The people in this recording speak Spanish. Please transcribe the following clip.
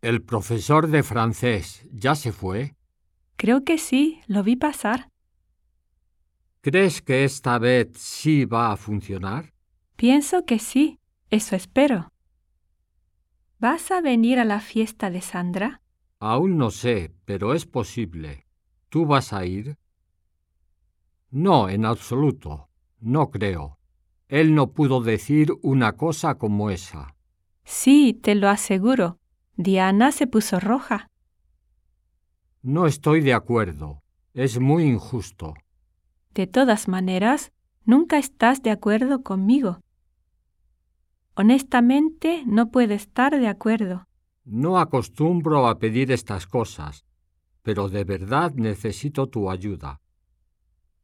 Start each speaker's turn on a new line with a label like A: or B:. A: ¿El profesor de francés ya se fue?
B: Creo que sí, lo vi pasar.
A: ¿Crees que esta vez sí va a funcionar?
B: Pienso que sí, eso espero. ¿Vas a venir a la fiesta de Sandra?
A: Aún no sé, pero es posible. ¿Tú vas a ir? No, en absoluto. No creo. Él no pudo decir una cosa como esa.
B: Sí, te lo aseguro. Diana se puso roja.
A: No estoy de acuerdo. Es muy injusto.
B: De todas maneras, nunca estás de acuerdo conmigo. Honestamente, no puedo estar de acuerdo.
A: No acostumbro a pedir estas cosas, pero de verdad necesito tu ayuda.